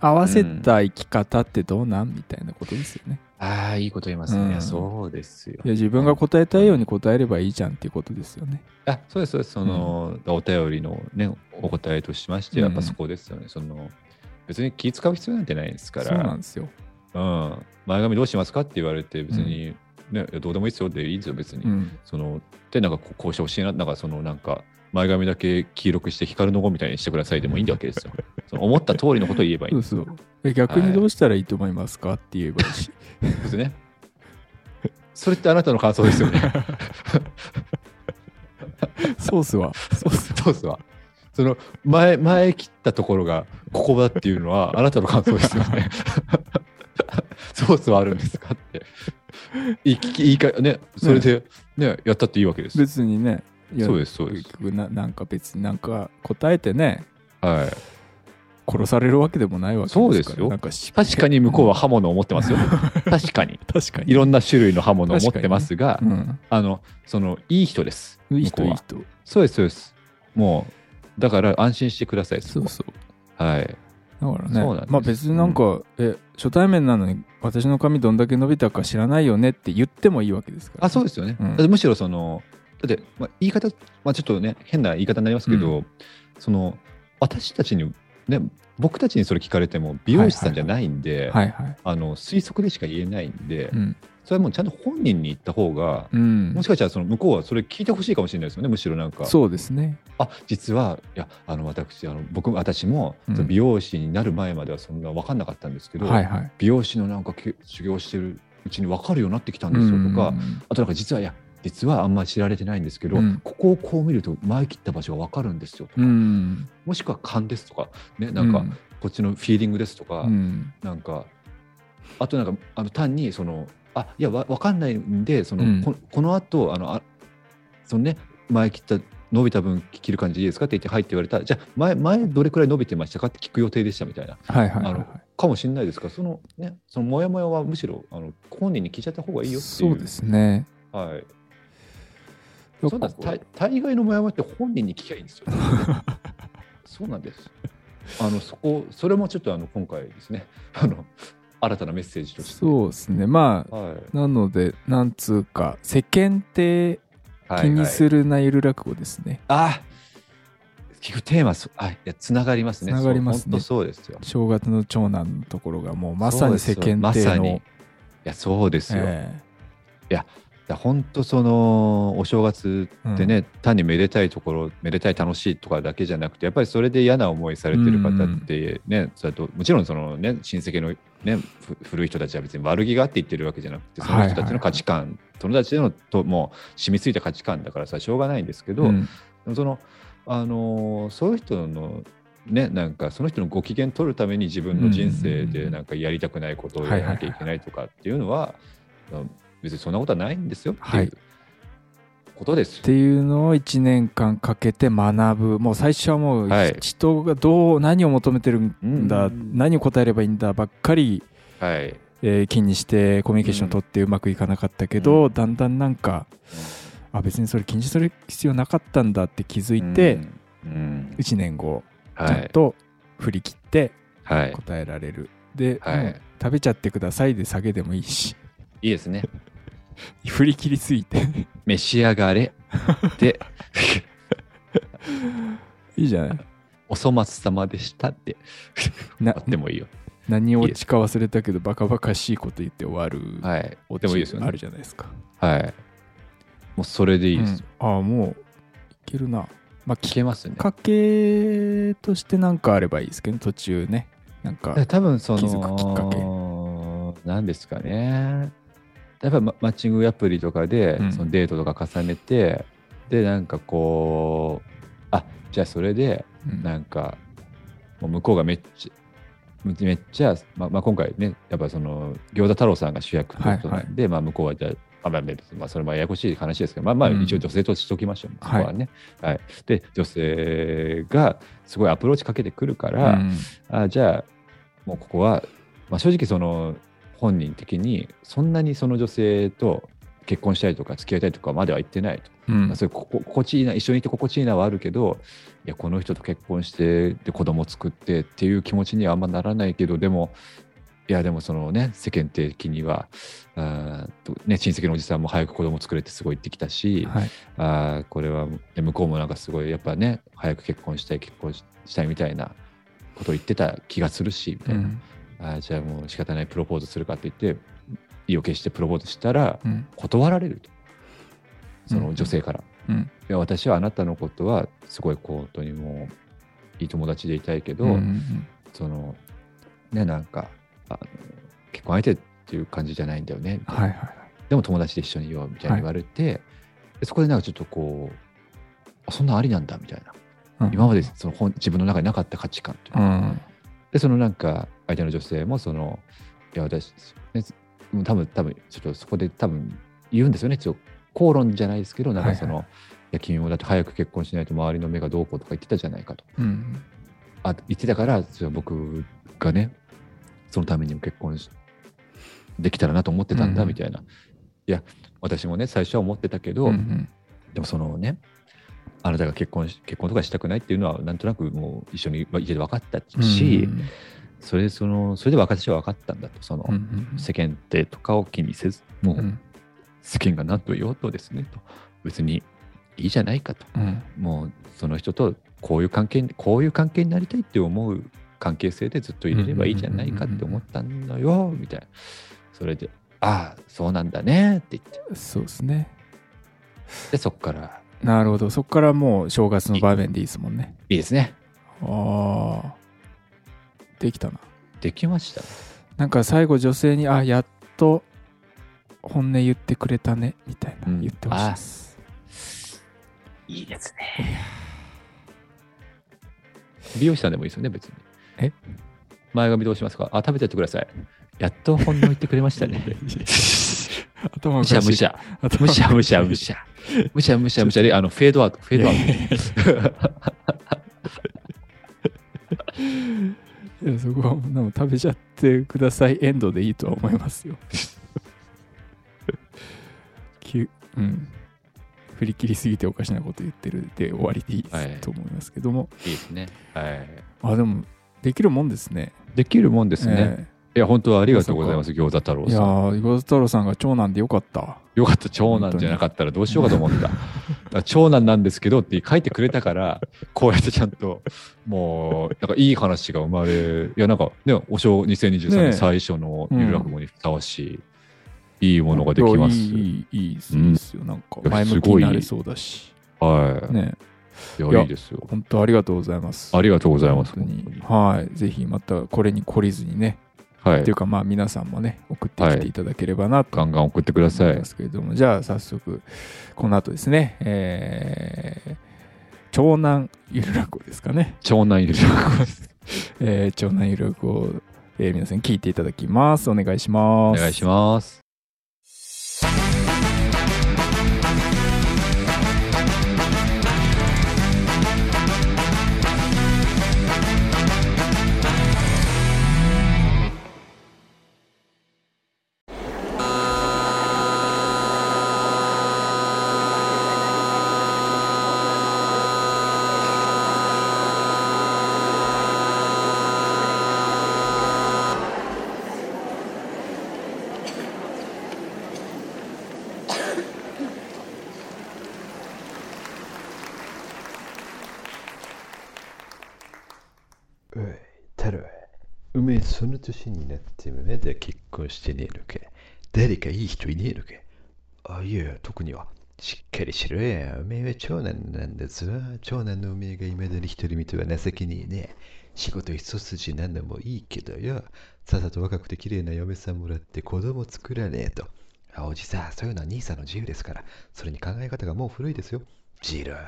S2: 合わせた生き方ってどうなんみたいなことですよね。
S1: ああいいこと言います
S2: ね
S1: そうですよ
S2: いや自分が答えたいように答えればいいじゃんっていうことですよね。
S1: あそうですそうですその、お便りのねお答えとしましてはやっぱそこですよね、その別に気使う必要なんてないですか
S2: そうな
S1: ら
S2: んですよ。
S1: うん、前髪どうしますかって言われて別に、ね、いやどうでもいいですよでいいですよ別に、
S2: うん、
S1: そのでなんかこうこうしてほしいななんかそのなんか前髪だけ黄色くして光の子みたいにしてくださいでもいいんだわけ ですよその思った通りのことを言えばいい
S2: そ
S1: んで
S2: う
S1: す
S2: そう。え逆にどうしたらいいと思いますかって言えばいいし。
S1: ですねそれってあなたの感想ですよね
S2: ソースはソース
S1: そうっすわその前前切ったところがここだっていうのはあなたの感想ですよね ソースはあるんですかって言い言いかねそれで、ね、やったっていいわけですよ
S2: 別にねいや
S1: そうですそうです
S2: 結局ななんか別になんか答えてね
S1: はい
S2: 殺されるわけでもないわけですから
S1: そうですよ
S2: なんかし
S1: 確かに向こうは刃物を持ってますよ。 確かに。
S2: 確かに
S1: いろんな種類の刃物を持ってますが、
S2: うん
S1: あの、その、いい人です。
S2: いい
S1: 向こ
S2: 人
S1: う
S2: いい
S1: は
S2: 人
S1: そうです、そうです。もう、だから安心してください。
S2: そ
S1: そうこ
S2: そう
S1: はい。
S2: だから
S1: そうなんで
S2: ね
S1: す
S2: まあ別になんか、え初対面なのに私の髪どんだけ伸びたか知らないよねって言ってもいいわけですから、
S1: あ、そう
S2: で
S1: ですよね。
S2: うん
S1: だってむしろ、その、だって、まあ、言い方、まあ、ちょっとね、変な言い方になりますけど、その、私たちに、ね、僕たちにそれ聞かれても、美容師さんじゃないんで、
S2: はいはい
S1: あの推測でしか言えないんで、
S2: うん、
S1: それはもうちゃんと本人に言った方が、
S2: うん
S1: もしかしたらその向こうはそれ聞いてほしいかもしれないですよね、むしろなんか。
S2: そうですね
S1: あ実はいやあの私あの僕私も、
S2: うん
S1: その美容師になる前まではそんな分かんなかったんですけど、
S2: はいはい
S1: 美容師のなんかけ修行してるうちに分かるようになってきたんですよとか、あとなんか実はいや実はあんまり知られてないんですけど、
S2: うん
S1: ここをこう見ると前切った場所が分かるんですよとか、
S2: うんうん
S1: もしくは勘ですとかねなんかこっちのフィーリングですとか、
S2: うん
S1: なんかあとなんかあの単にそのあいやわわかんないんでその、
S2: うん
S1: ここの後あのあそのね前切った伸びた分切る感じでいいですかって言って「はい」って言われたらじゃあ前前どれくらい伸びてましたかって聞く予定でしたみたいな
S2: はいはいはい
S1: あ
S2: は
S1: のかもしれないですからそのねそのモヤモヤはむしろあの本人に聞いちゃった方がいい
S2: い
S1: よっていう
S2: そうですね
S1: はいそうなんです大大概のモヤモヤって本人に聞きゃいいんです よそうなんですあのそこそれもちょっとあの今回ですねあの新たなメッセージとして
S2: そうですねまあ
S1: はい、
S2: なのでなんつうか世間体気にす
S1: る。
S2: るなゆる落語ですね、
S1: あ聞くテーマそあいやつながりますね。
S2: つながりますね
S1: そう本当そうですよ。
S2: 正月の長男のところがもうまさに世間
S1: そうですよま
S2: 体
S1: さに
S2: の
S1: い、やそうですよ。
S2: え
S1: だ本当そのお正月ってね、
S2: う
S1: 単にめでたいところめでたい楽しいとかだけじゃなくてやっぱりそれで嫌な思いされてる方ってね、それともちろんそのね親戚のねふ古い人たちは別に悪気があって言ってるわけじゃなくてその人たちの価値観、友達でのともう染みついた価値観だからさしょうがないんですけ
S2: え
S1: ど、
S2: うん
S1: でもその、あのーそういう人のねなんかその人のご機嫌取るために自分の人生
S2: うんうんうん
S1: で
S2: うん
S1: なんかやりたくないことをやらなきゃいけないとかっていうのはあの別にそんなことはないんですよって
S2: はいいう
S1: ことです
S2: っ。ていうのを1年間かけて学ぶもう最初はもう
S1: はい
S2: 人がどう何を求めてるんだ、
S1: うん
S2: 何を答えればいいんだばっかり
S1: はい
S2: えー気にしてコミュニケーション取ってうまくいかなかったけど、だんだんなんかあ別にそれ禁止する必要なかったんだって気づいて、
S1: うん、うん
S2: 1年後ち
S1: は
S2: ゃん
S1: い
S2: と振り切って
S1: はい
S2: 答えられる、で、
S1: はい
S2: もう食べちゃってくださいで下げでもいいし
S1: いいですね
S2: 振り切りすぎて
S1: 召し上がれで
S2: いいじゃない
S1: お粗末様でしたって
S2: な
S1: あってもいいよ
S2: 何をちか忘れたけどバカバカしいこと言って終わる、
S1: はい
S2: お
S1: でもいいですよね
S2: あるじゃないですか
S1: はいもうそれでいいです、
S2: うんああもういけるなまあ
S1: 聞
S2: きっ
S1: けますね
S2: かけとしてなんかあればいいですけど途中ねなんか
S1: 多分その
S2: 気づくきっかけ
S1: なんですかねやっぱママッチングアプリとかで、
S2: うん
S1: そのデートとか重ねてでなんかこうあじゃあそれで
S2: うん
S1: なんかもう向こうがめっちゃむめっちゃ、まあまあ、今回ねやっぱその餃子太郎さんが主役ということなんで、まあ、向こうはじゃああまあまあまあ、それもややこしい話ですけど、まあまあ、
S2: うん
S1: 一応女性としておきましょう、そこ
S2: はい
S1: はね、はいで、女性がすごいアプローチかけてくるから、
S2: うん
S1: あじゃあもうここは、まあ、正直その本人的にそんなにその女性と結婚したりとか付き合いたいとかまでは言ってないと、
S2: うん
S1: まあ、それここ心地いいな一緒にいて心地いいなはあるけどいやこの人と結婚してで子供作ってっていう気持ちにはあんまならないけどでもいやでもそのね世間的にはあーとね、親戚のおじさんも早く子供作れってすごい言ってきたし、
S2: はい
S1: あーこれはで向こうもなんかすごいやっぱね早く結婚したい結婚ししたいみたいなことを言ってた気がするしみた
S2: う
S1: いな、
S2: ん
S1: あーじゃあもう仕方ないプロポーズするかって言って意を決してプロポーズしたら
S2: うん
S1: 断られるとそ
S2: うん
S1: の女性から、
S2: うん
S1: いや私はあなたのことはすごいこう本当にもういい友達でいたいけど、
S2: うんうん
S1: そのねなんかあの結婚相手っていう感じじゃないんだよねみたいな
S2: はいはいはい
S1: でも友達で一緒にいようみたいに言われて、でそこでなんかちょっとこうあそんなんありなんだみたいな
S2: うん
S1: 今までその本自分の中になかった価値観というか
S2: うん
S1: でそのなんか相手の女性もそのいや私、ね、うん多分多分ちょっとそこで多分言うんですよねちょっと口論じゃないですけどなんかその、いや君もだって早く結婚しないと周りの目がどうこうとか言ってたじゃないかと
S2: うん
S1: あ言ってたからそれは僕がねそのためにも結婚しできたらなと思ってたんだ
S2: うん
S1: みたいな、いや私もね最初は思ってたけど、
S2: うん
S1: でもそのねあなたが結婚し結婚とかしたくないっていうのはなんとなくもう一緒にいて分かった
S2: うん
S1: し、
S2: うん
S1: それでそのそれで私は分かったんだとその、
S2: うん
S1: 世間体とかを気にせずも
S2: う
S1: うん世間が何と言おうとですねと別にいいじゃないかと
S2: うん
S1: もうその人とこういう関係こういう関係になりたいって思う関係性でずっと入れればいいじゃないかって思ったのよみたいなそれで「ああそうなんだね」って言って
S2: そうですね
S1: でそっから
S2: なるほどそこからもう正月の場面でいいですもんね
S1: 「いいですね
S2: ああできたな
S1: できましたね
S2: なんか最後女性に「あやっと本音言ってくれたね」みたいな
S1: うん
S2: 言ってほしいです、」
S1: いいですね美容師さんでもいいですよね別に
S2: え
S1: 前髪どうしますかあ食べてってくださいやっと本音を言ってくれましたね
S2: 頭
S1: むしゃむし
S2: ゃ
S1: ゃむしゃむしゃむしゃ。むしゃむしゃむしゃで、あの、フェードアウト、フェ ードアウ
S2: いやそこはもう食べちゃってくださいエンドでいいとは思いますよ きゅうん振り切りすぎておかしなこと言ってるで終わりでいいです
S1: はい
S2: と思いますけども、
S1: ト。いいですね。はい。
S2: あでもできるもんですね
S1: できるもんですね。
S2: え
S1: いや、本当はありがとうございます、餃子太郎
S2: えいや
S1: さん。
S2: ー岩田太郎さんが長男でよかった
S1: よかった、長男じゃなかったらどうしようかと思った。だ から長男なんですけどって書いてくれたから、こうやってちゃんと、もう、なんかいい話が生まれ、いや、なんかね、お正2023
S2: ねえ
S1: 年最初のゆる落語にふさわしい、いいものができます。
S2: いやいいいいいいです
S1: う
S2: い
S1: ん
S2: いですよ、なんか
S1: いや
S2: 前向きになれそうだし
S1: はい。
S2: ね
S1: い
S2: いや
S1: や、いいですよ。
S2: 本当ありがとうございます
S1: ありがとうございます。
S2: 本当に
S1: 本当に
S2: はいぜひまたこれに懲りずにね
S1: はい
S2: とい。うかまあ皆さんもね送ってきていただければなと
S1: ガンガン送ってくださ
S2: 思い
S1: い
S2: ま。すけれども、じゃあ早速この後ですね、えー長男ゆるらこですかね、
S1: 長男いる
S2: えー長男ゆるらこを、えー皆さん聞いていただきますお願いしま
S1: お
S2: す
S1: 願いします。
S3: たるおめえその年になってまだ結婚してねえのか誰かいい人いねえのかああいや特にはしっかりしろやおめえは長男なんだぞ長男のおめえがいまだに一人見ては情けねえね仕事一筋なのもいいけどよさっさと若くて綺麗な嫁さんもらって子供作らねえとあおじさんそういうのは兄さんの自由ですからそれに考え方がもう古いですよジロー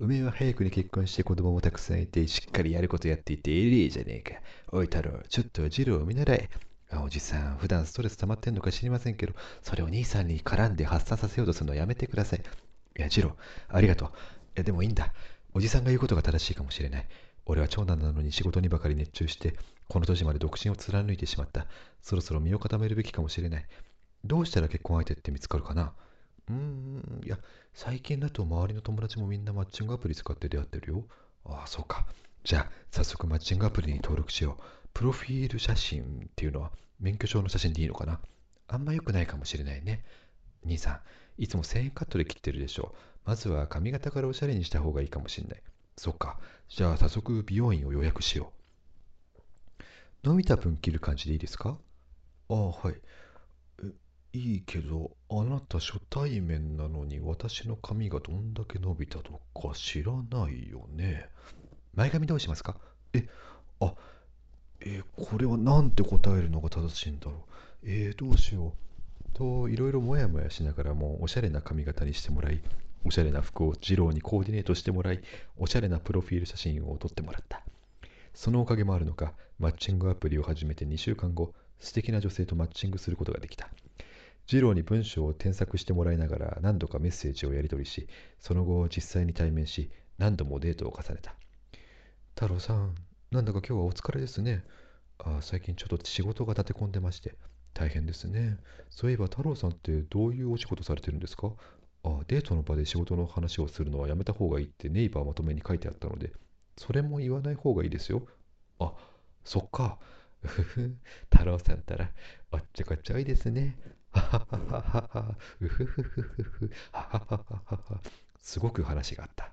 S3: 梅は早くに結婚して子供もたくさんいて、しっかりやることやっていてエリーじゃねえか。おい太郎、ちょっとジローを見習え。あおじさん、普段ストレス溜まってんのか知りませんけど、それを兄さんに絡んで発散させようとするのはやめてください。いや、ジロー、ありがとう。いや、でもいいんだ。おじさんが言うことが正しいかもしれない。俺は長男なのに仕事にばかり熱中して、この年まで独身を貫いてしまった。そろそろ身を固めるべきかもしれない。どうしたら結婚相手って見つかるかなうーん、いや、最近だと周りの友達もみんなマッチングアプリ使って出会ってるよ。ああ、そうか。じゃあ、早速マッチングアプリに登録しよう。プロフィール写真っていうのは免許証の写真でいいのかなあんま良くないかもしれないね。兄さん、いつも1000円カットで切ってるでしょまずは髪型からおしゃれにした方がいいかもしれない。そっか。じゃあ、早速美容院を予約しよう。伸びた分切る感じでいいですかああ、はい。いいけど、あなた初対面なのに私の髪がどんだけ伸びたとか知らないよね。前髪どうしますかえ、あ、えー、これはなんて答えるのが正しいんだろう。えー、どうしよう。と、いろいろもやもやしながらも、おしゃれな髪型にしてもらい、おしゃれな服を二郎にコーディネートしてもらい、おしゃれなプロフィール写真を撮ってもらった。そのおかげもあるのか、マッチングアプリを始めて2週間後、素敵な女性とマッチングすることができた。二郎に文章を添削してもらいながら何度かメッセージをやり取りし、その後実際に対面し、何度もデートを重ねた。太郎さん、なんだか今日はお疲れですね。あ最近ちょっと仕事が立て込んでまして、大変ですね。そういえば太郎さんってどういうお仕事されてるんですかあデートの場で仕事の話をするのはやめた方がいいってネイバーまとめに書いてあったので、それも言わない方がいいですよ。あ、そっか。ふふ、太郎さんったら、おっちょこちょいですね。はははははうふふふふふははははははすごく話があった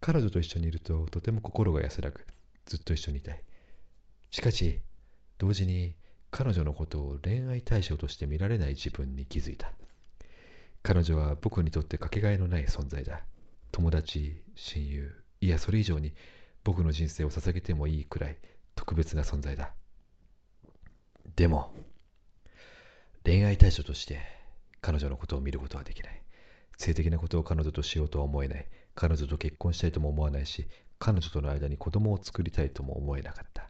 S3: 彼女と一緒にいるととても心が安らぐずっと一緒にいたいしかし同時に彼女のことを恋愛対象として見られない自分に気づいた彼女は僕にとってかけがえのない存在だ友達親友いやそれ以上に僕の人生を捧げてもいいくらい特別な存在だでも恋愛対象として彼女のことを見ることはできない性的なことを彼女としようとは思えない彼女と結婚したいとも思わないし彼女との間に子供を作りたいとも思えなかった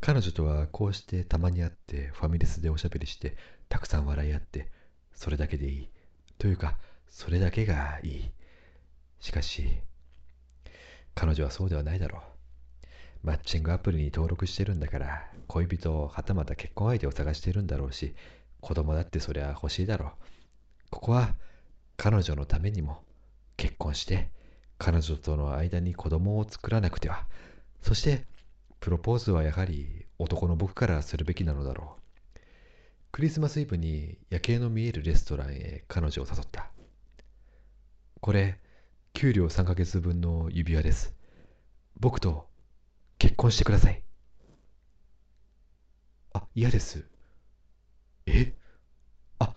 S3: 彼女とはこうしてたまに会ってファミレスでおしゃべりしてたくさん笑い合ってそれだけでいいというかそれだけがいいしかし彼女はそうではないだろうマッチングアプリに登録してるんだから恋人はたまた結婚相手を探してるんだろうし子供だってそりゃ欲しいだろうここは彼女のためにも結婚して彼女との間に子供を作らなくてはそしてプロポーズはやはり男の僕からするべきなのだろうクリスマスイブに夜景の見えるレストランへ彼女を誘ったこれ給料3ヶ月分の指輪です僕と結婚してください。あ、嫌です。えあ、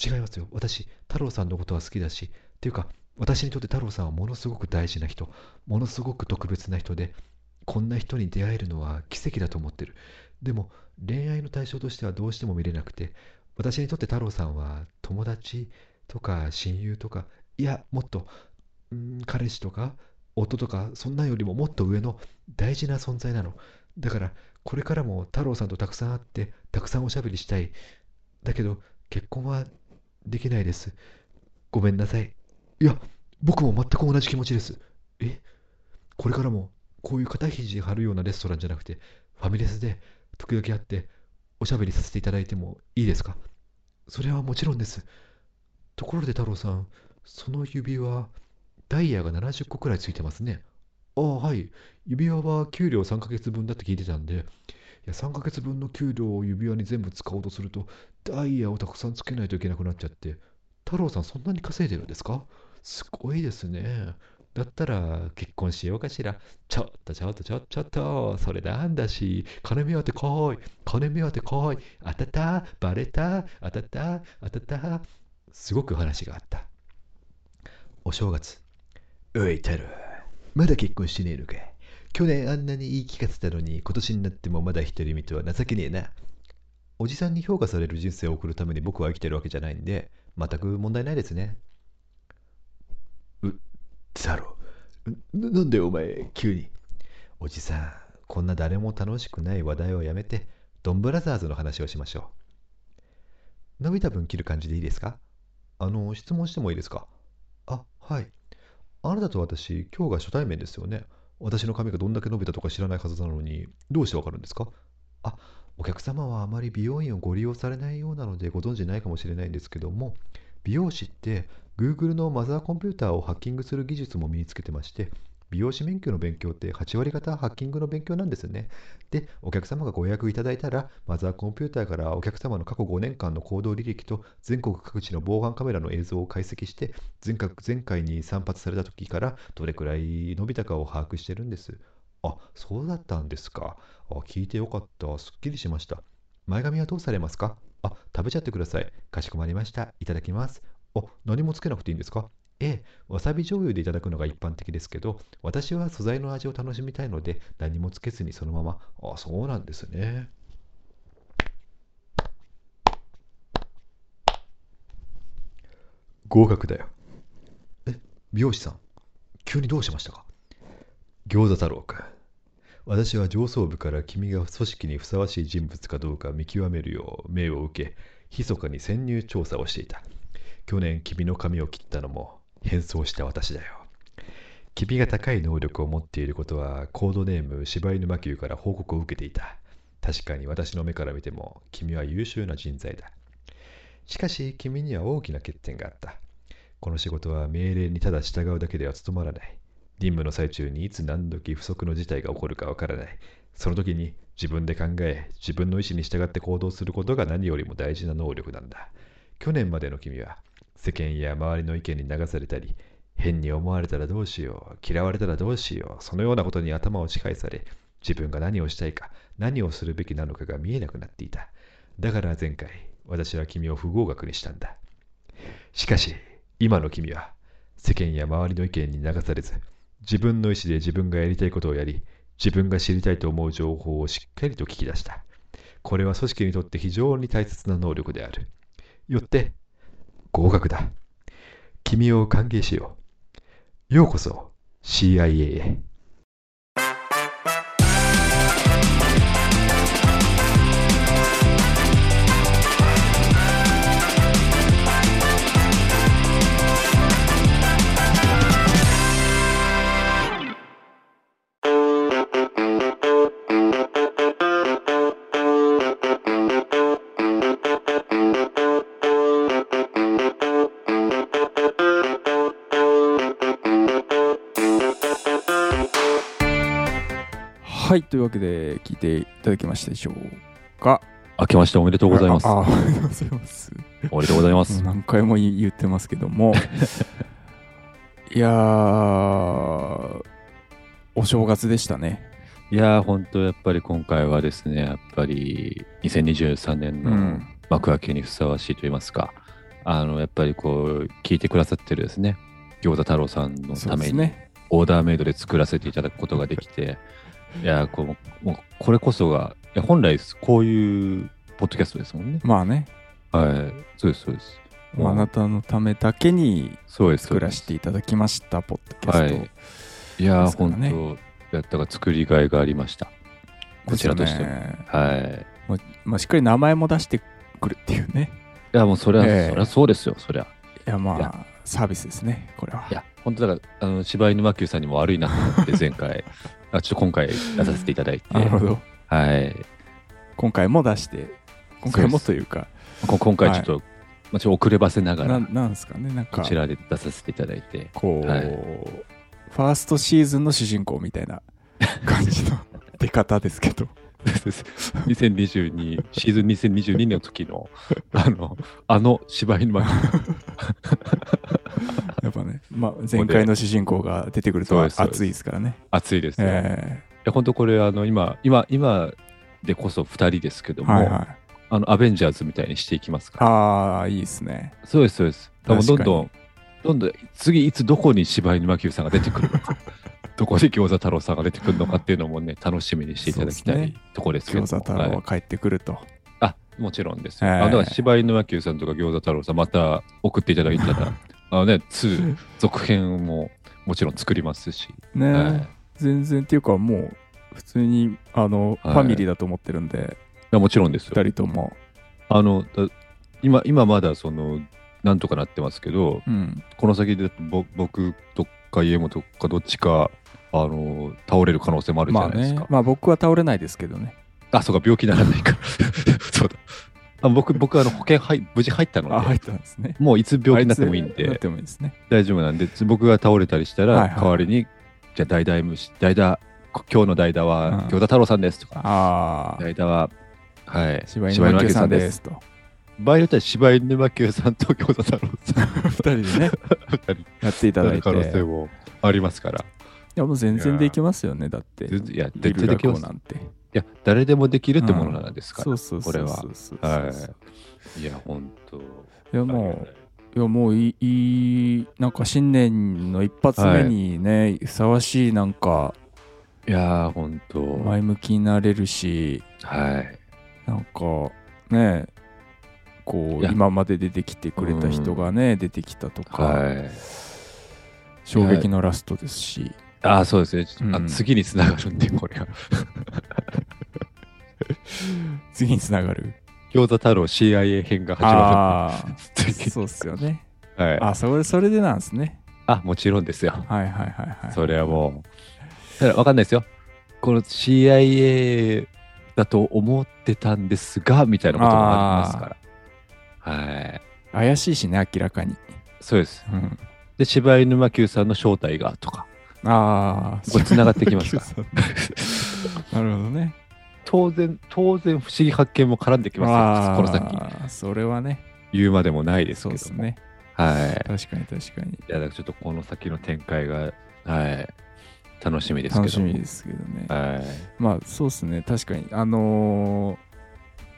S3: 違いますよ。私、太郎さんのことは好きだし、っていうか、私にとって太郎さんはものすごく大事な人、ものすごく特別な人で、こんな人に出会えるのは奇跡だと思ってる。でも、恋愛の対象としてはどうしても見れなくて、私にとって太郎さんは友達とか親友とか、いや、もっと、うーん彼氏とか夫とか、そんなんよりももっと上の大事な存在なの。だから、これからも太郎さんとたくさん会って、たくさんおしゃべりしたい。だけど、結婚はできないです。ごめんなさい。いや、僕も全く同じ気持ちです。えこれからも、こういう肩肘張るようなレストランじゃなくて、ファミレスで、時々会って、おしゃべりさせていただいてもいいですかそれはもちろんです。ところで太郎さん、その指輪、ダイヤが70個くらいついてますね。ああ、はい。指輪は給料3ヶ月分だって聞いてたんで、いや3ヶ月分の給料を指輪に全部使おうとすると、ダイヤをたくさんつけないといけなくなっちゃって、太郎さんそんなに稼いでるんですかすごいですね。だったら結婚しようかしら。ちょっとちょっとちょっとちょっと、それなんだし、金目当て来い、金目当て来い、あたた、バレた、あたた、あたた。すごく話があった。お正月。おい、太郎、まだ結婚してねえのか。去年あんなに言い聞かせたのに、今年になってもまだ独り身とは情けねえな。おじさんに評価される人生を送るために僕は生きてるわけじゃないんで、全く問題ないですね。太郎ななんでお前急におじさんこんな誰も楽しくない話題をやめてドンブラザーズの話をしましょう伸びた分切る感じでいいですかあの質問してもいいですかあはいあなたと私今日が初対面ですよね私の髪がどんだけ伸びたとか知らないはずなのにどうしてわかるんですかあお客様はあまり美容院をご利用されないようなのでご存じないかもしれないんですけども美容師って Google のマザーコンピューターをハッキングする技術も身につけてまして、美容師免許の勉強って8割方ハッキングの勉強なんですよね。で、お客様がご予約いただいたら、マザーコンピューターからお客様の過去5年間の行動履歴と全国各地の防犯カメラの映像を解析して、前回前回に散髪された時からどれくらい伸びたかを把握してるんです。あ、そうだったんですか。あ、聞いてよかった。すっきりしました。前髪はどうされますかあ、食べちゃってください。かしこまりました。いただきます。あ、何もつけなくていいんですかええ、わさび醤油でいただくのが一般的ですけど、私は素材の味を楽しみたいので、何もつけずにそのまま。あ、そうなんですね。合格だよ。え、美容師さん、急にどうしましたか餃子太郎か。私は上層部から君が組織にふさわしい人物かどうか見極めるよう命を受け、密かに潜入調査をしていた。去年君の髪を切ったのも変装した私だよ。君が高い能力を持っていることはコードネーム柴犬魔球から報告を受けていた。確かに私の目から見ても君は優秀な人材だ。しかし君には大きな欠点があった。この仕事は命令にただ従うだけでは務まらない。任務の最中にいつ何時不測の事態が起こるかわからない。その時に自分で考え、自分の意思に従って行動することが何よりも大事な能力なんだ。去年までの君は世間や周りの意見に流されたり、変に思われたらどうしよう、嫌われたらどうしよう、そのようなことに頭を支配され、自分が何をしたいか、何をするべきなのかが見えなくなっていた。だから前回、私は君を不合格にしたんだ。しかし、今の君は、世間や周りの意見に流されず、自分の意思で自分がやりたいことをやり、自分が知りたいと思う情報をしっかりと聞き出した。これは組織にとって非常に大切な能力である。よって、合格だ。君を歓迎しよう。ようこそ CIA へ。
S2: はいというわけで聞いていただきましたでしょうか
S1: 明けましておめでとうございます。
S2: あああ りがとうございます
S1: おめでとうございま
S2: もう
S1: す。
S2: 何回も言言ってますけど もいやーお正月でしたね
S1: いやー、本当やっぱり今回はですね、やっぱり2023年の
S2: うん
S1: 幕開けにふさわしいと言いますか、あの、やっぱりこう、聞いてくださってるですね、餃子太郎さんの
S2: そ
S1: た
S2: うで
S1: め
S2: す
S1: に
S2: ね
S1: オーダーメイドで作らせていただくことができて、いやーこう、もうこれこそが、いや本来ですこういうポッドキャストですもんね。
S2: まあね
S1: はい、そうです、そうです。
S2: まああなたのためだけに
S1: そうです、そう
S2: 作
S1: で
S2: ら
S1: す
S2: せていただきましたポッドキャスト、
S1: はいいや
S2: で
S1: ー、
S2: すから
S1: 本
S2: ね
S1: 当やったが作りがいがありました。こちらとしても
S2: ですよね
S1: はい。
S2: まあ、しっかり名前も出してくるっていうね
S1: いや、もうそれは、
S2: ええ
S1: そりゃそうですよ、そりゃ。
S2: いやまあ
S1: い
S2: サービスですねこれはい
S1: や、本当だから、あの、柴犬真球さんにも悪いなと思って、前 回、あちょっと今回出させていただいて、
S2: なるほど
S1: はい。
S2: 今回も出して今回もというか
S1: こ今回ちょっと、まあ、ちょっと遅ればせなが
S2: な
S1: ら、
S2: なんですかねなんか
S1: こちらで出させていただいて、
S2: こう、
S1: はい
S2: ファーストシーズンの主人公みたいな 感じの出方ですけど
S1: 2022、シーズン2022の 時の、あの、あの柴犬真球。
S2: やっぱかね、まあ、前回の主人公が出てくると
S1: そうですそうです
S2: 熱いですからね。
S1: 熱いですね。
S2: え
S1: いや本当これあの今今今でこそ2人ですけ
S2: え
S1: ども、
S2: はいはい。
S1: あのアベンジャーズみたいにしていきますから
S2: ああ、いいですね。
S1: そうですそうです多分ど
S2: 確
S1: ん
S2: かに
S1: どんどんどん次いつどこに柴犬真久さんが出てくるの かどこで餃子太郎さんが出てくるのかっていうのもね楽しみにしていただきた
S2: そうで
S1: い
S2: すね
S1: ところですけども
S2: 餃子太郎
S1: は
S2: はい帰ってくると。
S1: あもちろんですよ、
S2: ええ
S1: あだから柴犬真久さんとか餃子太郎さんまた送っていただいた らあのね2続編ももちろん作りますし、
S2: ね、
S1: はい
S2: 全然っていうかもう普通にあの、
S1: はい
S2: ファミリーだと思ってるんで
S1: いやもちろんですよ
S2: 2人とも、
S1: あのだ今今まだそのなんとかなってますけど
S2: うん、
S1: この先でぼ僕とか家元かどっちかあの倒れる可能性もあるじ
S2: ま
S1: ゃ
S2: あ
S1: ないです
S2: ね
S1: か。
S2: まあ僕は倒れないですけどね
S1: あそうか病気にならないから そうだ。あ僕僕あの保険入無事入ったので。
S2: あ入ったんですね
S1: もういつ病気になってもいいん
S2: あつなっ
S1: で
S2: てもいいですね
S1: 大丈夫なんで僕が倒れたりしたら、
S2: はいはい
S1: 代わりにじゃあ代打虫代打今日の代打
S2: うん
S1: は、餃子太郎さんですとか
S2: ああ
S1: 代打ははい
S2: 柴犬真
S1: 柴
S2: 紀
S1: 犬
S2: さん
S1: 真紀
S2: ですと
S1: 場合によっては柴犬真久さんと 餃子太郎さん
S2: 2人でね
S1: 二人に
S2: やっていた
S1: な
S2: だ
S1: る
S2: い
S1: 可
S2: て
S1: 能性
S2: い
S1: もありますから
S2: やもう全然できますよねだって
S1: 全然いや
S2: ゆ
S1: 絶
S2: る
S1: 対でき
S2: 学
S1: ま
S2: 校
S1: す
S2: なんて
S1: いや、誰でもできるってものなんですから。
S2: そうそうそうそうそう
S1: これは
S2: そう
S1: いや、本当。
S2: いやもういやもういいいいなんか新年の一発目にね、ふさわしいなんか
S1: いやー、本当。
S2: 前向きになれるし
S1: はい。
S2: なんかねこ
S1: いうや
S2: 今まで出てきてくれた人がね、出てきたとか、
S1: はい。
S2: 衝撃のラストですし、
S1: ああ、そうですね。ちょっとあ
S2: うん
S1: 次につながるんで、これは。
S2: 次につながる
S1: 餃子太郎 CIA 編が始ま
S2: ああ
S1: るんで。
S2: ー
S1: 次
S2: そうっすよね
S1: はい。あ
S2: あそれそれでなんですね
S1: もちろんですよ。
S2: はいはいはいはい
S1: それはもう。ただ、わかんないですよ。この CIA だと思ってたんですが、みたいなこともありますから。はい。
S2: 怪しいしね明らかに、
S1: そうです。
S2: うん、
S1: で、柴犬真久さんの正体が、とか。
S2: ああ
S1: これ繋がってきますか
S2: なるほどね
S1: 当然、当然、不思議発見も絡んできますよ、この先。
S2: あーそれはね
S1: 言うまでもないです
S2: そう
S1: け
S2: で
S1: ど
S2: す
S1: も。
S2: ね
S1: はい。
S2: 確かに確かに
S1: いや、だからちょっとこの先の展開が、はい。楽しみですけども。
S2: 楽しみですけどね
S1: はい。
S2: まあそうですね確かにあの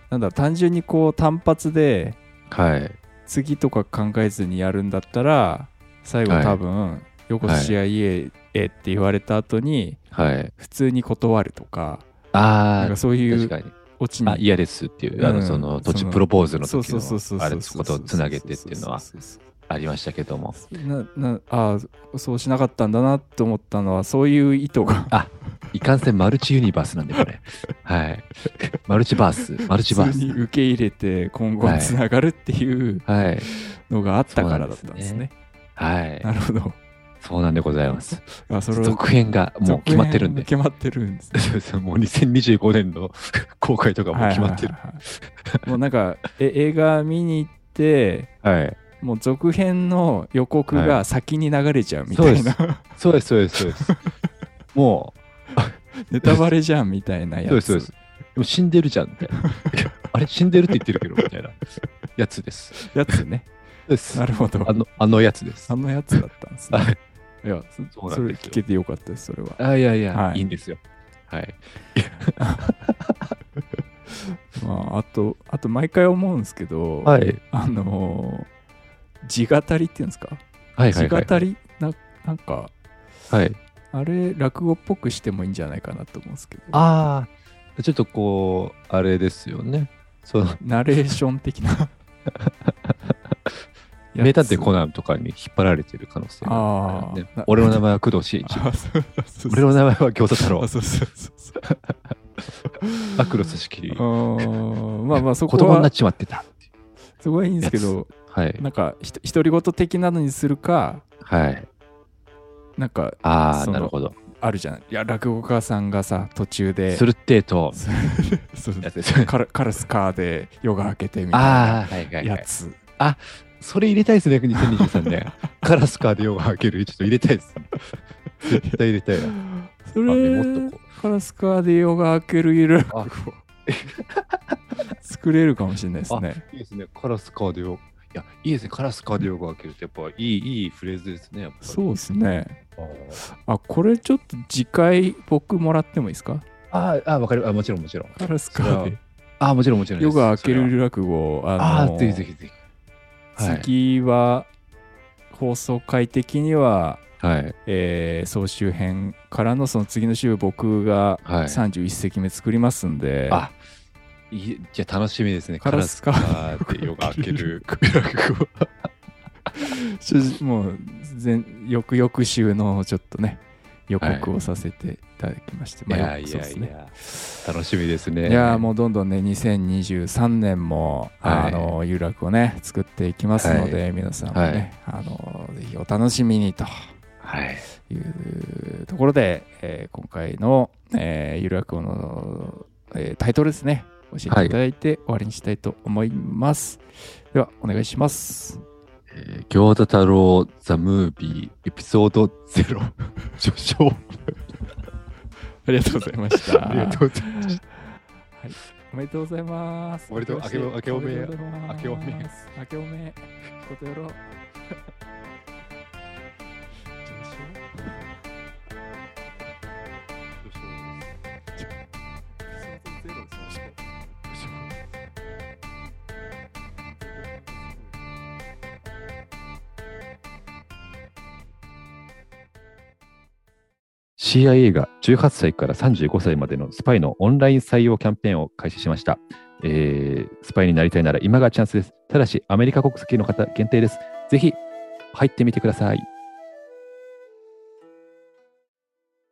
S2: ーなんだ単純にこう単発で
S1: はい。
S2: 次とか考えずにやるんだったら最後
S1: はい
S2: 多分「ようこそ
S1: はい
S2: CIA へ」って言われた後に
S1: はい。
S2: 普通に断るとかなん
S1: あ
S2: か
S1: あ、
S2: そうい
S1: 確
S2: う
S1: かに。
S2: オチ
S1: あ、
S2: に
S1: 嫌ですっていう、あ
S2: う
S1: の、
S2: ん
S1: その、途
S2: そ
S1: 中
S2: の
S1: プロポーズの
S2: そう
S1: 時
S2: そうそうそう
S1: の、あれ、そことつなげてっていうのは
S2: そうそうそう
S1: ありましたけども。
S2: ななあーそうしなかったんだなと思ったのはそういう意図 が
S1: いかんせんマルチユニバースなんで、こ れ。はい。マルチバース、マルチバ
S2: 普
S1: ー
S2: 通に
S1: ス。
S2: 受け入れて今後につながるっていう
S1: はい。
S2: のがあったからだったんですね。
S1: はい。
S2: なるほど。
S1: そうなんでございます。
S2: あそれは
S1: 続編がもう決まってるんで。
S2: 決まってるんですね。
S1: そうそう もう2025年の 公開とかもう決まってる。
S2: はいはいはいはいもうなんかえ映画見に行って
S1: はい。
S2: もう続編の予告
S1: は
S2: が先に流れちゃうみたいな、
S1: そうです、そうです、そうです。も
S2: ネタバレじゃんみたいな
S1: う、
S2: や
S1: そうで
S2: つ
S1: す、そうです。でも死んでるじゃんみ たいな。あれ、死んでるって言ってるけど、みたいなやつです。そ
S2: やつね
S1: うです
S2: な。るほど
S1: あの、あのやつです
S2: あ。のやつだったんですね
S1: はい
S2: いやそ
S1: そうな
S2: そ
S1: ん
S2: れ
S1: ですよ
S2: 聞けてよかったですそれは
S1: あ、いやいや、
S2: はい
S1: い、いんですよ。はい。
S2: まああとあと毎回思うんですけど、
S1: はい。
S2: あのー、地語りっていうんですか、
S1: はい、はい、は
S2: 地語
S1: い。
S2: りななんか
S1: はい。
S2: あれ落語っぽくしてもいいんじゃないかなと思うんですけど
S1: ああ、ちょっとこう、あれですよね。そう、
S2: ナレーション的 な
S1: 名探偵コナンとかに引っ張られてる可能性があるからね
S2: あー
S1: 俺の名前は工藤新一。
S2: あそう そうそう
S1: 俺の名前は餃子太郎
S2: あ。 そうそうそうそう
S1: アクロス仕切り
S2: あ。ーまあまあそ
S1: 子
S2: こ
S1: 供になっ
S2: は
S1: ちまってた。
S2: そこはいいんですけど
S1: はい。
S2: なんかひと独り言的なのにするか
S1: はい。
S2: なんか
S1: あ
S2: そ
S1: あ、
S2: の
S1: なるほど。
S2: あるじゃんいや落語家さんがさ途中です
S1: るってえと、
S2: そう
S1: やつです ね
S2: カラカラスカーで夜が明けてみたいな
S1: ああ、はいはい、は
S2: や
S1: い。
S2: つ
S1: それ入れたいですね、2023年。 カラスカーで夜が明ける。ちょっと入れたいですね。絶対入れたいな。
S2: そ
S1: あメモっ
S2: れ
S1: とこ
S2: カラスカーで夜が明けるゆる落
S1: あ
S2: 語作れるかもしれないですね
S1: う。いいですね、カラスカーで夜や、いいですね。カラスカでよく分けるって、やっぱいい、いいフレーズですね。やっぱり
S2: そうですね。
S1: あ
S2: あ、これちょっと次回僕もらってもいいですか
S1: ーあー、わかる。あ、もちろん、もちろん。
S2: カラスカ
S1: それ
S2: で
S1: は。あーもちろん、もちろんです。
S2: 夜が明け
S1: それは
S2: る落語、あ
S1: あ
S2: の
S1: ーぜひぜひぜひ。はい。
S2: 次は放送回的には、
S1: はい。
S2: えー総集編からのその次の週僕が
S1: はい
S2: 31席目作りますんで、
S1: あいいじゃあ楽しみですね。
S2: カ
S1: カ
S2: ラ
S1: ラ
S2: ス
S1: ス
S2: カ
S1: カで夜が明ける落語。
S2: ちょもう前翌々週のちょっとね予告をさせていただきまして、
S1: い
S2: ま
S1: や
S2: あ
S1: い
S2: そうで
S1: や
S2: す
S1: い
S2: ね
S1: や、楽しみですね。
S2: いやーもうどんどんね2023年も、
S1: はい
S2: あの有楽をね作っていきますので、皆さんもね、あのぜひお楽しみにと
S1: はい。
S2: いうところで、えー今回の、えー、有楽王の、えータイトルですね教えていただいて終わりにしたいと思います、ではお願いします
S1: えー行田太郎ザムービーエピソードゼロ 序章
S2: ありがとうございました
S1: ありがとうございました。
S2: おめでとうございます。
S1: おめでとう明けお明けおめ
S2: でとうございます
S1: 明けおめ
S2: 明けおめ。ことよろ。上昇
S1: CIA が18歳から35歳までのスパイのオンライン採用キャンペーンを開始しました。えースパイになりたいなら今がチャンスです。ただし、アメリカ国籍の方限定です。ぜひ、入ってみてください。